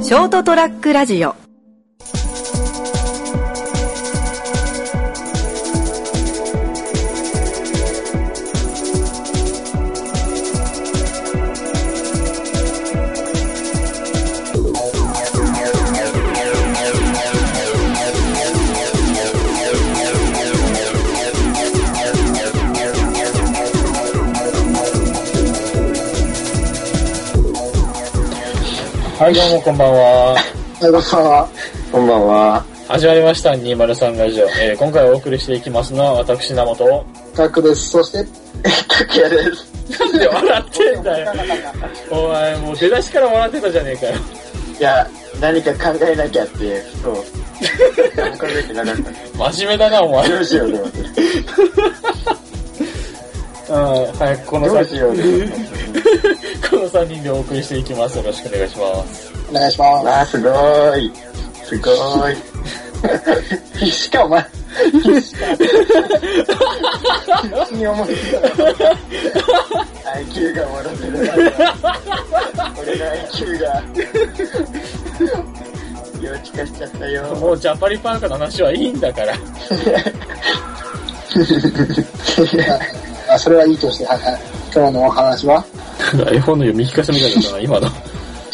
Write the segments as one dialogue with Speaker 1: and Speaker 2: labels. Speaker 1: ショートトラックラジオ
Speaker 2: はい、どうもこんばんは。
Speaker 3: はい、こんばんは。
Speaker 4: こんばんは。
Speaker 2: 始まりました、203ラジオ。えー今回お送りしていきますのは、私、名本。
Speaker 3: タクです。そして、
Speaker 4: たけやです。
Speaker 2: なんで笑ってんだよ。お前、もう出だしから笑ってたじゃねえかよ。
Speaker 4: いや、何か考えなきゃっていう、 そう。何も考えてなかった。
Speaker 2: 真面目だな、お前。
Speaker 4: どうしようと思って。
Speaker 2: うん、早くこの
Speaker 4: ど
Speaker 2: 3
Speaker 4: うしようと
Speaker 2: 人、
Speaker 4: 思って。
Speaker 2: この3人でお送りしていきます。よろしくお願いします。
Speaker 3: お願いしま
Speaker 4: わあ、すごーい。すごーい。
Speaker 3: す。必死か、お前。必死か。必死に思いついた
Speaker 4: IQ が戻ってる。俺の IQ が。幼稚化しちゃったよ。
Speaker 2: もう、ジャパリパンカの話はいいんだ から。
Speaker 3: あそれはいいとして、はいはい。今日のお話は
Speaker 2: iPhone の読み聞かせみたいだったな、今の。
Speaker 3: 今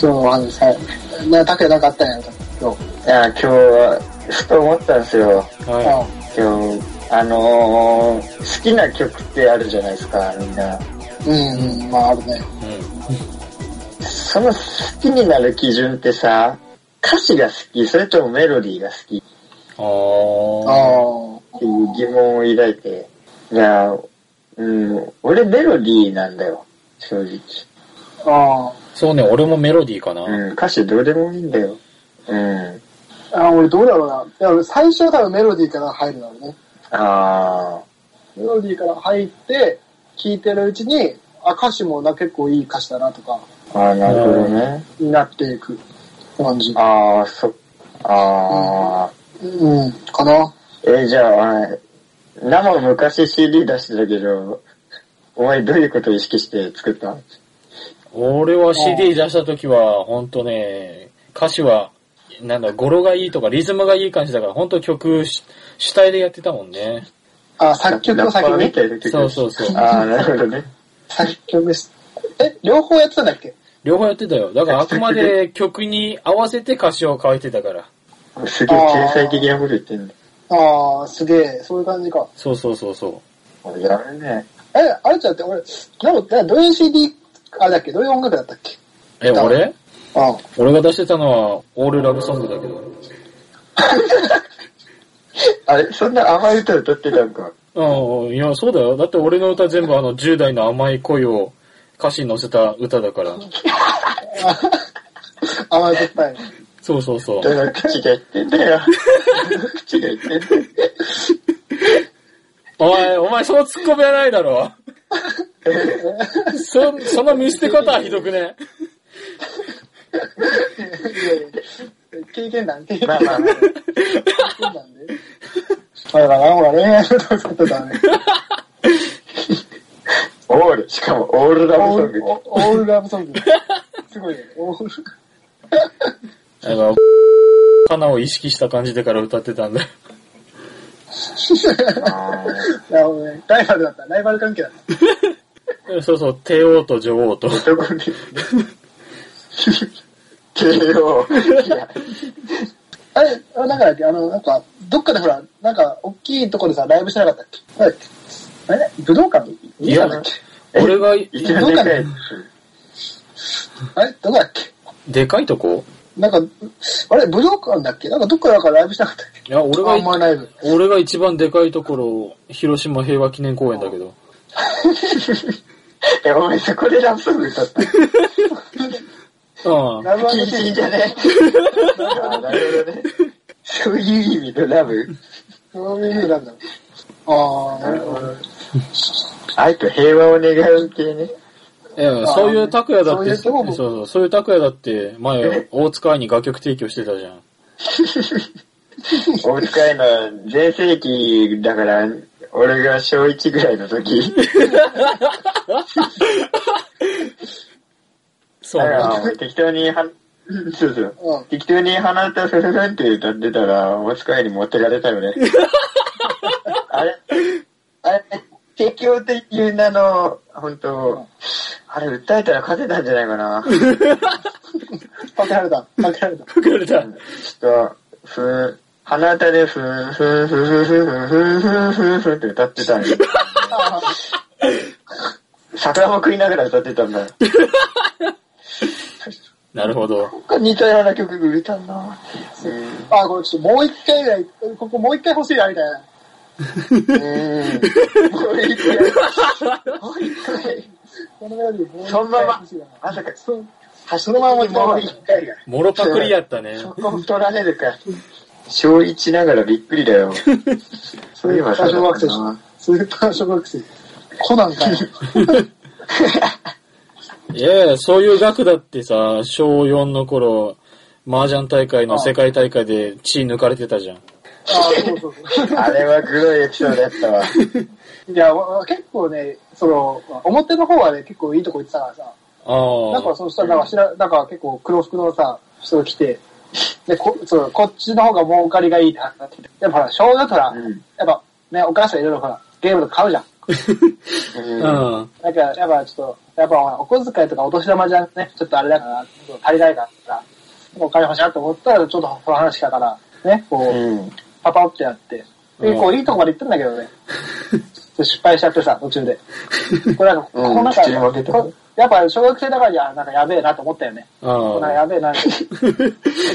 Speaker 3: 日のお話、はい。な、タクなんかあったんやろ、今日。
Speaker 4: いや、今日は、ふと思ったんですよ。
Speaker 2: は
Speaker 4: 今日、あのー、好きな曲ってあるじゃないですか、みんな。
Speaker 3: うん、うん、まあ、あるね。
Speaker 2: い。うん。
Speaker 4: その好きになる基準ってさ、歌詞が好き、それともメロディーが好きっ
Speaker 2: あ
Speaker 3: あ
Speaker 2: ー。
Speaker 3: あ。
Speaker 4: ていう疑問を抱いて、いや、うん、俺メロディーなんだよ、正直。
Speaker 3: あ
Speaker 2: そうね、俺もメロディーかな。
Speaker 4: うん、歌詞どうでもいいんだよ。うん。
Speaker 3: あ。あ俺どうだろうな。いや、俺最初は多分メロディーから入るだろうね。
Speaker 4: あ
Speaker 3: メロディーから入って、聴いてるうちに、あ、歌詞もな、結構いい歌詞だなとか、
Speaker 4: ー、あーなるほどね。
Speaker 3: になっていく感じ。
Speaker 4: あー、そ、あ
Speaker 3: うん、かな。
Speaker 4: ー。えじゃあ、あれ生昔 CD 出してたけど、お前どういうことを意識して作った
Speaker 2: 俺は CD 出した時は、ほんとね、歌詞は、なんだ、語呂がいいとかリズムがいい感じだから、ほんと曲し主体でやってたもんね。
Speaker 3: あ、作曲を先
Speaker 4: ラッパー
Speaker 3: に
Speaker 4: み。たいな曲
Speaker 2: そうそうそう
Speaker 4: あー、なるほどね。
Speaker 3: 作曲し、え、両方やってたんだっけ
Speaker 2: 両方やってたよ。だからあくまで曲に合わせて歌詞を書いてたから。
Speaker 4: すげえ天才的なこと言ってんだ。
Speaker 3: ああ、すげえ、そういう感じか。
Speaker 2: そうそうそうそ
Speaker 4: 俺やるね。
Speaker 3: え、あれちゃんって俺、なんかどういう CD、あれだっけどういう音楽だったっけ
Speaker 2: う。え、
Speaker 3: だ
Speaker 2: 俺
Speaker 3: ああ。
Speaker 2: 俺が出してたのは、オールラブソングだけど。
Speaker 4: あれ、そんな甘い歌歌ってたんか。
Speaker 2: ああ、いや、そうだよ。だって俺の歌全部あの、10代の甘い恋を歌詞に乗せた歌だから。
Speaker 3: 甘えてった んや
Speaker 2: そうそうそう。
Speaker 4: だから口が言ってんだよ。口が言ってんだよ。
Speaker 2: お前、お前、その突っ込みはないだ ろ。そ、その見捨て方はひどくね。
Speaker 3: いやいや経験談、経験
Speaker 4: まあ
Speaker 3: 談。
Speaker 4: まあまあ。
Speaker 3: 経験談で。あれだから、ほら、恋愛の歌歌ってたね。
Speaker 4: オール、しかもオールラブ
Speaker 3: オ
Speaker 4: ソ
Speaker 3: ー
Speaker 4: ング
Speaker 3: ル、。オールラブソング。すごいね。オール。
Speaker 2: あの、花を意識した感じでから歌ってたんだよ。
Speaker 4: あー
Speaker 3: なるほどね。ライバルだった。ライバル関係だった。
Speaker 2: そうそう、帝王と女王と。
Speaker 4: 男で。慶応。いや、
Speaker 3: あれ、あれなんかだっけあの、なんか、どっかでほら、なんか、大きいとこでさ、ライブしてなかったっけなんだっけあれ武道館
Speaker 2: いや
Speaker 3: 武道館だっけ
Speaker 2: 俺が、
Speaker 4: 一番でかい。
Speaker 3: あれどこだっけ
Speaker 2: でかいとこ
Speaker 3: なんか、あれ武道館だっけなんかどっかでなんかライブしなかったっ
Speaker 2: いや、俺
Speaker 3: けあん
Speaker 2: が、
Speaker 3: まりライブ。
Speaker 2: 俺が一番でかいところ、広島平和記念公園だけど。
Speaker 4: え、お前そこでラブソング歌った。
Speaker 2: うん。
Speaker 3: ライブは
Speaker 4: 禁止じゃねあーなるほどね。そういう意味のラブ。
Speaker 3: そういうライブだああ、なるほど。
Speaker 4: 愛と平和を願う系ね。
Speaker 2: ええそういう拓也だって、
Speaker 3: そ
Speaker 2: そう
Speaker 3: いうとこ
Speaker 2: うそう、そういう拓也だって、前、大塚愛に楽曲提供してたじゃん。
Speaker 4: 大塚愛の全盛期だから、俺が小1ぐらいの時。
Speaker 2: そう
Speaker 4: だか
Speaker 2: ね。
Speaker 4: ら適当にはそうそう。
Speaker 3: うん。
Speaker 4: 適当に鼻歌ふふふんって歌ってたら、お持ち帰りに持ってかれたよね。あれ、あれ、適応的なの、本当あれ、訴えたら勝てたんじゃないかな。ち
Speaker 3: パクられた。パクられた。
Speaker 2: ふくられた。
Speaker 4: ょっと、ふ鼻歌でふんふんふんふんふんふんふんふんふんって歌ってたのよ。
Speaker 3: あ
Speaker 4: 桜も食いながら歌ってたんだよ。
Speaker 2: なるほど。
Speaker 4: これ似たような曲が歌うな。うん。
Speaker 3: あ、これちょっともう一回ぐらい、ここもう一回欲しいな、みたいな。
Speaker 4: うん。もう一回
Speaker 3: もう一回。このメロディーもう一
Speaker 4: そのま
Speaker 3: 回
Speaker 4: ま
Speaker 3: 欲しいな。、
Speaker 4: まさか、
Speaker 3: そう
Speaker 4: そのままもう一回が。
Speaker 2: もろパクリやったね。
Speaker 4: そこ取られるか。小一ながらびっくりだよ。
Speaker 3: スーパー小学生
Speaker 4: そういえばそうだな。
Speaker 3: スーパー小学生。コナンかよ。
Speaker 2: いやいや、そういう額だってさ、小4の頃、麻雀大会の世界大会で血抜かれてたじゃん。
Speaker 3: あーそうそう そう。
Speaker 4: あれはグロいエピソードだったわ。
Speaker 3: いや、わ結構ね、その、表の方はね、結構いいとこ行ってたからさ、なん
Speaker 2: あ
Speaker 3: かその人はなんか知ら、なんか結構黒服のさ、人が来て、で、こそうこっちの方が儲かりがいいって話になって。でもほら、小学だとほら、
Speaker 4: うん
Speaker 3: やっぱね、お母さんいろいろほら、ゲームとか買うじゃん。
Speaker 4: うん。
Speaker 2: あ。うん。
Speaker 3: だから、やっぱちょっと、やっぱほら、お小遣いとかお年玉じゃね、ちょっとあれだから、ちょっと足りないから、お金欲しいなと思ったら、ちょっとその話だから、ね、こう、
Speaker 4: うん。
Speaker 3: パパってやって、で
Speaker 2: うん
Speaker 3: こういいとこまで行ったんだ けどね。失敗しちゃってさ、途中で。これなんか、こ
Speaker 4: うん
Speaker 3: こなんか、
Speaker 4: 口に負けた
Speaker 3: こやっぱ小学生だからには、なんかやべえなと思ったよね。こん
Speaker 2: あ
Speaker 3: なんか
Speaker 2: あ。
Speaker 3: やべえな。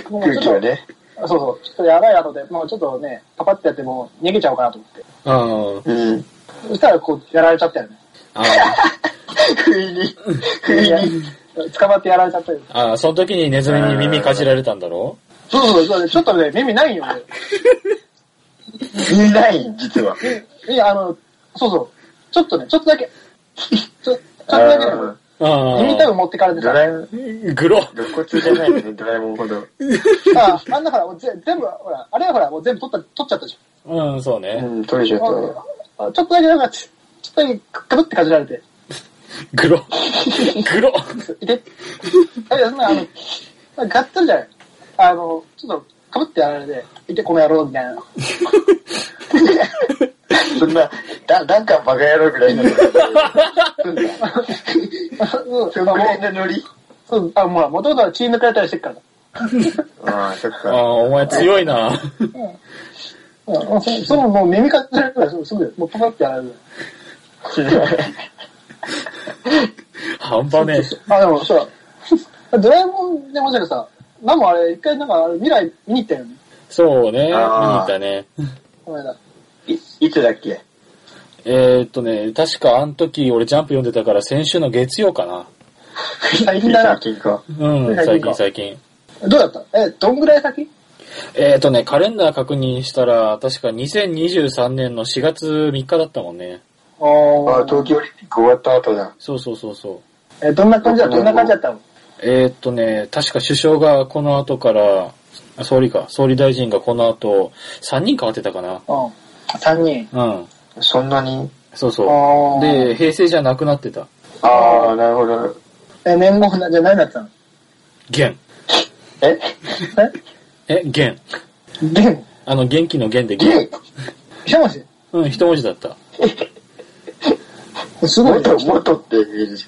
Speaker 3: もう
Speaker 4: 空
Speaker 3: ち
Speaker 4: 気
Speaker 3: ょ
Speaker 4: は
Speaker 3: っと、
Speaker 4: ね。
Speaker 3: そうそう、ちょっとやばいなとで、もうちょっとね、パパってやってもう逃げちゃおうかなと思って。
Speaker 2: あ
Speaker 4: うん。
Speaker 3: そしたらこう、やられちゃったよね。
Speaker 2: あ。あ
Speaker 4: 不意に、不意に。
Speaker 3: 捕まってやられちゃったよ。
Speaker 2: あ。その時にネズミに耳かじられたんだろ
Speaker 3: そうそうそう、ちょっとね、耳ないよね。
Speaker 4: いない、実は。
Speaker 3: いや、あの、そうそう、ちょっとね、ちょっとだけ、ちょちょっとだけね、
Speaker 4: あ
Speaker 2: ああ。
Speaker 3: 耳たぶ持ってかれ
Speaker 4: ー
Speaker 3: て
Speaker 4: ド
Speaker 3: た。
Speaker 4: ラえもん、
Speaker 2: グロ。
Speaker 4: 露骨じゃないよね、ドラえもんほど。
Speaker 3: あ、あんなほら、もうぜ全部、ほら、あれはほら、もう全部取った、取っちゃったでし
Speaker 2: うん、そうね。
Speaker 4: うん、取れちゃっ
Speaker 3: ょ。
Speaker 4: た
Speaker 3: あ
Speaker 4: わ。
Speaker 3: あちょっとだけなんか、ちちょっとだけ、かぶってかじられて、
Speaker 2: グロ。 グロ。
Speaker 3: いて、あれ、そんな、あの、まあがっつりじゃない。あの、ちょっと、かぶってやられて、いて、この野郎、みたいな。
Speaker 4: そんな、だ、なんかバカ野郎ぐらいの。
Speaker 3: そう
Speaker 4: そのぐ
Speaker 3: そう、まあ、も、
Speaker 4: らいうのノリ。
Speaker 3: そう、あ、もう、もともとは血抜かれたりしてるから。
Speaker 4: ああ、そっ
Speaker 2: あ
Speaker 4: か。
Speaker 2: あ、お前強いな。
Speaker 3: うん、そその、もう耳かじられたら、そうすぐ、もう、パカってやられる。
Speaker 2: 半端ね
Speaker 3: あ、でも、そうだ。ドラえもんでもしかさ、なんもあれ、一回なんか、あれ未来見に行ったよね。
Speaker 2: え。そうね。見に行
Speaker 4: ああ
Speaker 2: ったね。
Speaker 3: この間。
Speaker 4: いいつだっけ
Speaker 2: えー、っとね、確かあの時俺ジャンプ読んでたから先週の月曜かな。
Speaker 3: 最近だな
Speaker 4: 最。近か。
Speaker 2: うん、最
Speaker 3: 最近
Speaker 2: 近
Speaker 3: か
Speaker 2: 最近。
Speaker 3: どうだったえ、どんぐらい先
Speaker 2: えー、とね、カレンダー確認したら、確か2023年の4月3日だったもんね。
Speaker 3: あ
Speaker 4: ああ、東京オリンピック終わった後だ。
Speaker 2: そうそうそうそう。
Speaker 3: え、どんな感じだどんな感じだったの
Speaker 2: えー、とね、確か首相がこの後から、あ総理か、総理大臣がこの後、3人変わってたかな。
Speaker 3: うん。三人。
Speaker 2: うん。
Speaker 4: そんなに
Speaker 2: そう
Speaker 3: あ
Speaker 2: そう。
Speaker 3: ー
Speaker 2: で、平成じゃなくなってた。
Speaker 4: ああ、なるほど。
Speaker 3: え、年号な、じゃあ何だったの
Speaker 2: 元。
Speaker 4: え
Speaker 2: え、元。
Speaker 3: え元
Speaker 2: あの、元気の元で
Speaker 4: ゲ
Speaker 2: 元。
Speaker 3: 一文字
Speaker 2: うん、一文字だった。
Speaker 3: えす
Speaker 4: イ
Speaker 3: ごいね。
Speaker 4: 元、元って言えるじ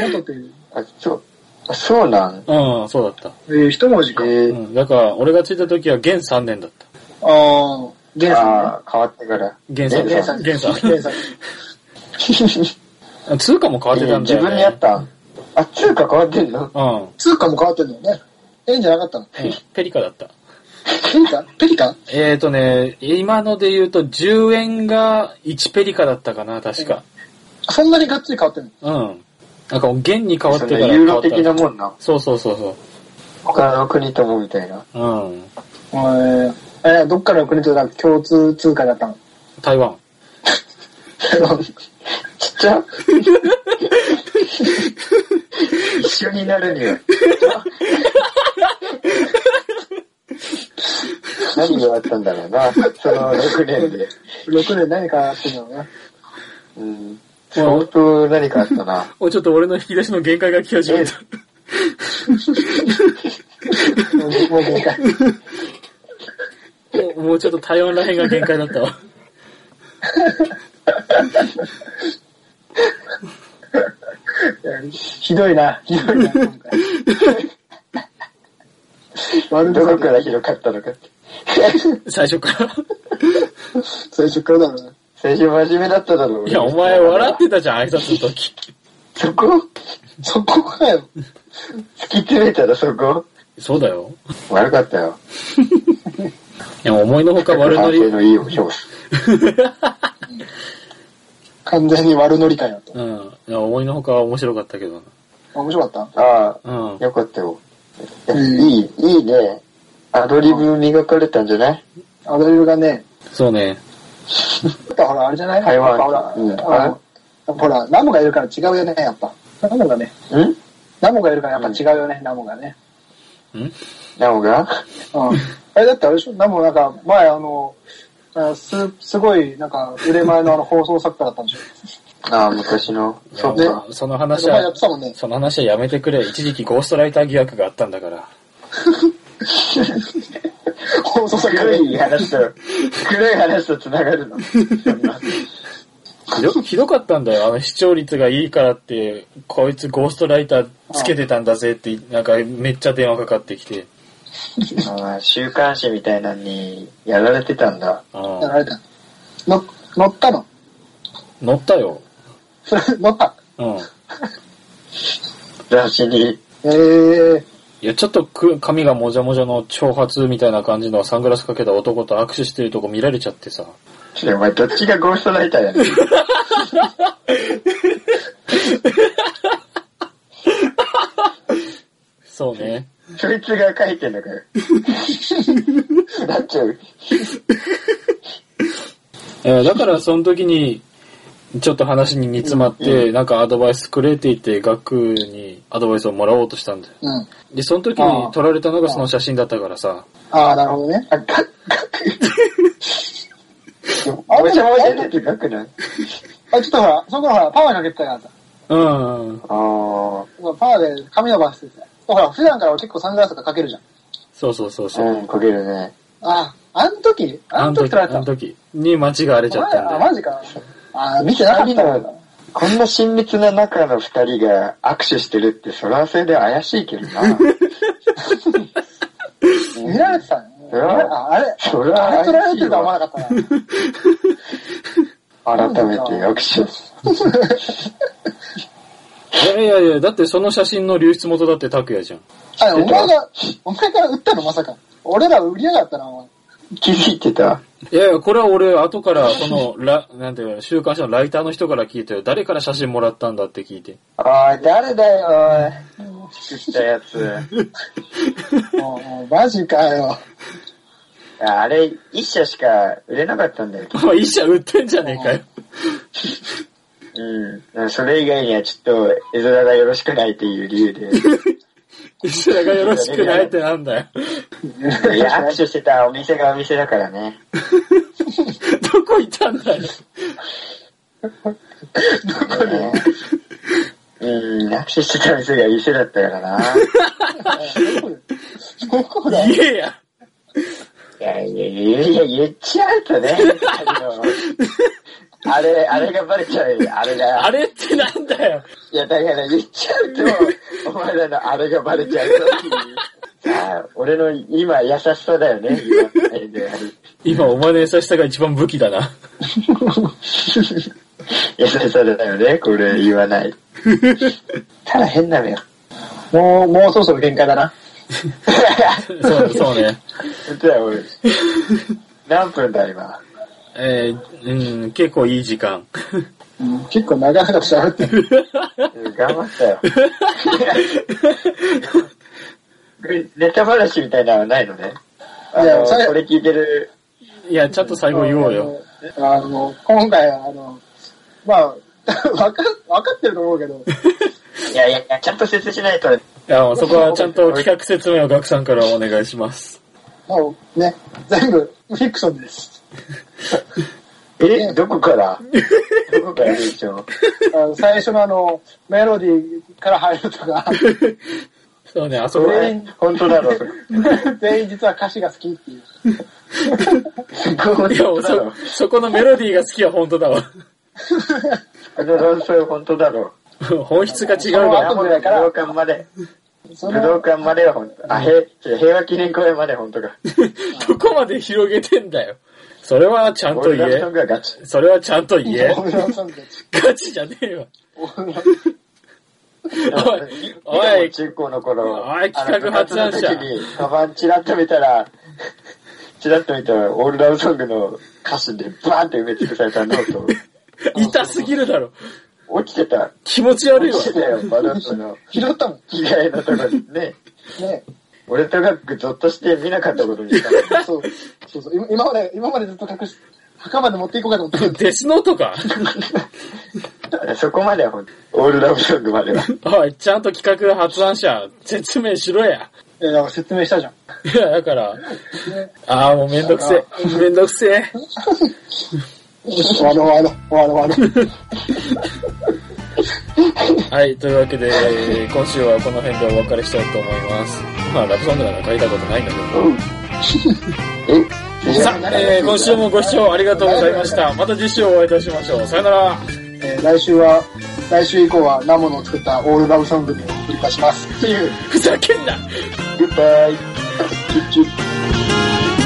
Speaker 3: 元っていう。
Speaker 4: ゃん。あ、そう、あそうなん
Speaker 2: うん、そうだった。
Speaker 3: えー、一文字
Speaker 4: え
Speaker 3: か。
Speaker 2: う
Speaker 4: ー、
Speaker 2: ん。だから、俺が着いた時は元3年だった。
Speaker 3: あー、元
Speaker 4: あ
Speaker 3: さ
Speaker 4: あ、変わってから。
Speaker 2: 元さん。
Speaker 4: 元さん
Speaker 2: 元さ
Speaker 3: んね。元さん。
Speaker 2: ん。通貨も変わってたんだ
Speaker 4: 自
Speaker 2: よね。
Speaker 4: 分に合った。あ、通貨変わってんの
Speaker 2: うん。
Speaker 3: 通貨も変わってんだよね。えんじゃなかったの
Speaker 2: うんペリカだった。
Speaker 3: ペリカペリカ
Speaker 2: えーとね、今ので言うと10円が1ペリカだったかな、確か。
Speaker 3: そんなにがっつり変わってんの
Speaker 2: うん。なんか、元に変わっ
Speaker 4: そ
Speaker 2: て
Speaker 4: ん
Speaker 2: か
Speaker 4: な
Speaker 2: ら
Speaker 4: ユー
Speaker 2: 変わ
Speaker 4: ロ
Speaker 2: った
Speaker 4: 的なもんな。
Speaker 2: そうそうそうそ
Speaker 4: 他の国ともみたいな。
Speaker 2: う。うん。
Speaker 3: えー、えー、どっかの国となんか共通通貨だったの
Speaker 2: 台湾。
Speaker 4: ちっちゃ一緒になるには。何があったんだろうな、その6年で。
Speaker 3: ?6 年何かあってんだろうね。
Speaker 4: うん、相当何かあったな。
Speaker 2: お、ちょっと俺の引き出しの限界が来始めた。
Speaker 3: もうもう限界。
Speaker 2: もうもうちょっと台湾らへんが限界だ ったわ。
Speaker 3: ひどいな、ひどいな、今回。悪
Speaker 4: どこ
Speaker 3: く
Speaker 4: か
Speaker 3: ない。
Speaker 4: ら広かったのかって。
Speaker 2: 最初から。
Speaker 3: 最初からだろうな。
Speaker 4: 最初真面目だっただろう。
Speaker 2: いや、お前笑ってたじゃん、挨拶の時。
Speaker 4: そこ
Speaker 3: そこかよ。
Speaker 4: 突き詰めたらそこ
Speaker 2: そうだよ。
Speaker 4: 悪かったよ。
Speaker 2: いや、思いのほか悪ノ
Speaker 4: 反省
Speaker 2: リ。
Speaker 4: の意を表す。
Speaker 3: 完全に悪ノリかよと。
Speaker 2: うん。いや、思いのほか面白かったけど
Speaker 3: 面白かっ
Speaker 4: あ
Speaker 2: な。うん
Speaker 4: あ、。よかったよ。いや
Speaker 3: うん
Speaker 4: いい、いいね。アドリブ磨かれたんじゃない
Speaker 3: たアドリブがね、
Speaker 2: そうね。
Speaker 3: やっぱほら、あれじゃない
Speaker 4: 台湾
Speaker 3: やっぱほら、
Speaker 4: うん
Speaker 3: あのほら、ナムがいるから違うよね、やっぱ。ナムがね、
Speaker 4: ん
Speaker 3: ナムがいるからやっぱ違うよね、ナムがね。
Speaker 2: ん
Speaker 4: なおが
Speaker 3: うん。あれだってあれでしょナムなんか、前あの、あす、すごい、なんか、腕前のあの、放送作家だったんでしょ
Speaker 4: ああ、昔の。そっ
Speaker 2: いや
Speaker 4: か
Speaker 2: も。うその
Speaker 3: なん
Speaker 2: 話
Speaker 3: か前や
Speaker 2: は
Speaker 3: って、たもんね。
Speaker 2: その話はやめてくれ。一時期ゴーストライター疑惑があったんだから。
Speaker 3: 放送作家
Speaker 4: 黒
Speaker 3: で。
Speaker 4: い話と、黒い話と繋がる の。
Speaker 2: ひどひどかったんだよ。あの視聴率がいいからって、こいつゴーストライターつけてたんだぜって、なんかめっちゃ電話かかってきて。
Speaker 4: ああ週刊誌みたいなのにやられてたんだ。
Speaker 2: あ
Speaker 3: や
Speaker 2: あ
Speaker 3: られた。の、乗ったの
Speaker 2: 乗ったよ。
Speaker 3: それ、乗った。
Speaker 2: うん。
Speaker 4: 雑誌に。
Speaker 3: ええ
Speaker 2: いや、ちょっとく髪がもじゃもじゃの長髪みたいな感じのサングラスかけた男と握手してるとこ見られちゃってさ。
Speaker 4: いやお前どっちがゴーストライターやねん。
Speaker 2: そうね。
Speaker 4: そいつが書いてんのかよ。なっちゃう。
Speaker 2: えーだからその時に、ちょっと話に煮詰まって、なんかアドバイスくれていて、学にアドバイスをもらおうとしたんだよ。
Speaker 3: うん。
Speaker 2: で、その時
Speaker 3: ああ
Speaker 2: に撮られたのがその写真だったからさ。
Speaker 3: ああ、なるほどね。
Speaker 4: あ、か、か、
Speaker 3: あ
Speaker 4: も
Speaker 3: れ
Speaker 4: じ
Speaker 3: じ
Speaker 4: ゃ
Speaker 3: ゃ
Speaker 4: も
Speaker 3: も
Speaker 4: じ
Speaker 3: じ
Speaker 4: ゃ
Speaker 3: ゃ
Speaker 4: ね
Speaker 3: ね
Speaker 4: って書くない
Speaker 3: あ、ちょっとほら、そこほら、パワーかけてたやつ。
Speaker 2: うん。
Speaker 4: ああ、
Speaker 3: パワーで髪伸ばしてて。ほら、普段から俺結構サングラスとかかけるじゃん。
Speaker 2: そうそうそうそう。
Speaker 4: うん、書けるね。
Speaker 3: ああ、あの時あの時撮ら
Speaker 2: あ
Speaker 3: れた
Speaker 2: の
Speaker 3: の
Speaker 2: 時に間違われちゃった
Speaker 3: あ、
Speaker 2: んだよ。
Speaker 3: マジか。ああ、見てなかった
Speaker 4: 二人のこんな親密な仲の二人が握手してるって、それはそれで怪しいけど な。
Speaker 3: 見られてたね。
Speaker 4: そりゃ
Speaker 3: ああれ、
Speaker 4: そりゃ
Speaker 3: あれ撮られてるとは思わなか ったな。
Speaker 4: 改めて握手。
Speaker 2: いやいやいや、だってその写真の流出元だって拓也じゃん。
Speaker 3: あ、お前が、お前が売ったのまさか。俺ら売りやがったな、お前。
Speaker 4: 気づいてた
Speaker 2: いやいや、これは俺、後から、その、ら、なんていうの、週刊誌のライターの人から聞いたよ。誰から写真もらったんだって聞いて。
Speaker 4: おい、誰だよ、おい。作ったやつ。
Speaker 3: もうもうマジかよ。
Speaker 4: あれ、一社しか売れなかったんだよ。
Speaker 2: お前、一社売ってんじゃねえかよ。
Speaker 4: うん。それ以外にはちょっと、絵面がよろしくないっていう理由で。
Speaker 2: 一社がよろしくないってなんだよ。
Speaker 4: いや、握手してたお店がお店だから ね。
Speaker 2: どこ行ったんだよ。
Speaker 4: ねうん、握手してた店が店だったからな。
Speaker 3: どこだよ。
Speaker 2: 言えや。
Speaker 4: いやいやいやいや、言っちゃうとね。あのあれ、あれがバレちゃうよ。あれ
Speaker 2: あ
Speaker 4: が。
Speaker 2: れってなんだよ。
Speaker 4: いや、だから言っちゃうと、お前らのあれがバレちゃうぞっていう。さあ、俺の今優しさだよね。今あれであり
Speaker 2: 今、お前の優しさが一番武器だな。
Speaker 4: 優しさだよね、これ言わない。ただ変なのよ。
Speaker 3: もう、もうそろそろ限界だな。
Speaker 2: そう、そうね。
Speaker 4: 本当だよ、俺。何分だ、今。
Speaker 2: えー、うん、結構いい時間。
Speaker 3: うん結構長々と喋ってる。
Speaker 4: うん頑張ったよ。ネタ話みたいなのはないのね。あ
Speaker 3: い
Speaker 4: の、
Speaker 3: やそれ
Speaker 4: これ聞いてる。
Speaker 2: いや、ちゃんと最後言おうよ。
Speaker 3: あの、今回、あの、まあ、 わか、わかってると思うけど、
Speaker 4: いやいやいや、ちゃんと説明しないと。
Speaker 2: いや、そこはちゃんと企画説明をガクさんからお願いします。
Speaker 3: まあ、ね、全部、フィクションです。
Speaker 4: え、どこからどこからでしょう
Speaker 3: あの最初のあの、メロディーから入るとか、
Speaker 2: そうね、あそ
Speaker 4: そ
Speaker 2: こら
Speaker 4: れ
Speaker 2: 辺、、
Speaker 4: 本当だろう。
Speaker 3: 全員実は歌詞が好きっていう。
Speaker 4: すごい
Speaker 2: いや、
Speaker 4: 本当だろ
Speaker 2: そ、そこのメロディーが好きは本当だわ。
Speaker 4: あの論争本当だろ
Speaker 2: 本質が違う
Speaker 4: う。
Speaker 2: わ。
Speaker 3: あとぐ
Speaker 4: 武道
Speaker 3: らいから
Speaker 4: 館まで、
Speaker 3: そ
Speaker 4: 武
Speaker 3: の
Speaker 4: 道館までは本当。あ、へ、平和記念公園まで本当か。
Speaker 2: どこまで広げてんだよ。それはちゃんと
Speaker 4: 俺
Speaker 2: 言
Speaker 4: のソン
Speaker 2: え。
Speaker 4: グはガチ。
Speaker 2: それはちゃんと言え
Speaker 3: オ。ールラウンドソング
Speaker 2: ガチじゃねえわ。おい
Speaker 4: おい、中高の頃、
Speaker 2: おい企画発案者
Speaker 4: あの部活の時に、カバンチラッと見たら、チラッと見たら、オールラブソングの歌詞でバーンって埋め尽くされたノート。
Speaker 2: 痛すぎるだろ。
Speaker 4: 落ちてた。
Speaker 2: 気持ち悪いわ
Speaker 4: 落。ちてたよ、バランスの。
Speaker 3: 拾ったもん。
Speaker 4: 着替えのとこにね。
Speaker 3: ね
Speaker 4: 俺とガックゾッとして見なかったことにしたの。
Speaker 3: そう。そうそう。今今まで、今までずっと隠し、墓まで持っていこうかと思ってたけど
Speaker 2: デスノートか。
Speaker 4: そこまでは本当オールラブソングまでは。
Speaker 2: おい、ちゃんと企画発案者、説明しろや。
Speaker 3: いや、だから説明したじゃん。
Speaker 2: いや、だから、ああ、もうめんどくせえ。めんどくせえ。
Speaker 3: 終わろう終わろう終わろう終わろう。
Speaker 2: はい、というわけで、えー今週はこの辺でお別れしたいと思います。まあ、ラブソングなんか書いたことないんだけど。
Speaker 4: え
Speaker 2: さあ、えー今週もご視聴ありがとうございました。また次週お会いいたしましょう。さよなら。
Speaker 3: えー来週は、来週以降はナモの作ったオールラブソングにお送りいたします。っていう。
Speaker 2: ふざけんな
Speaker 4: グッバイ。チュッチュッ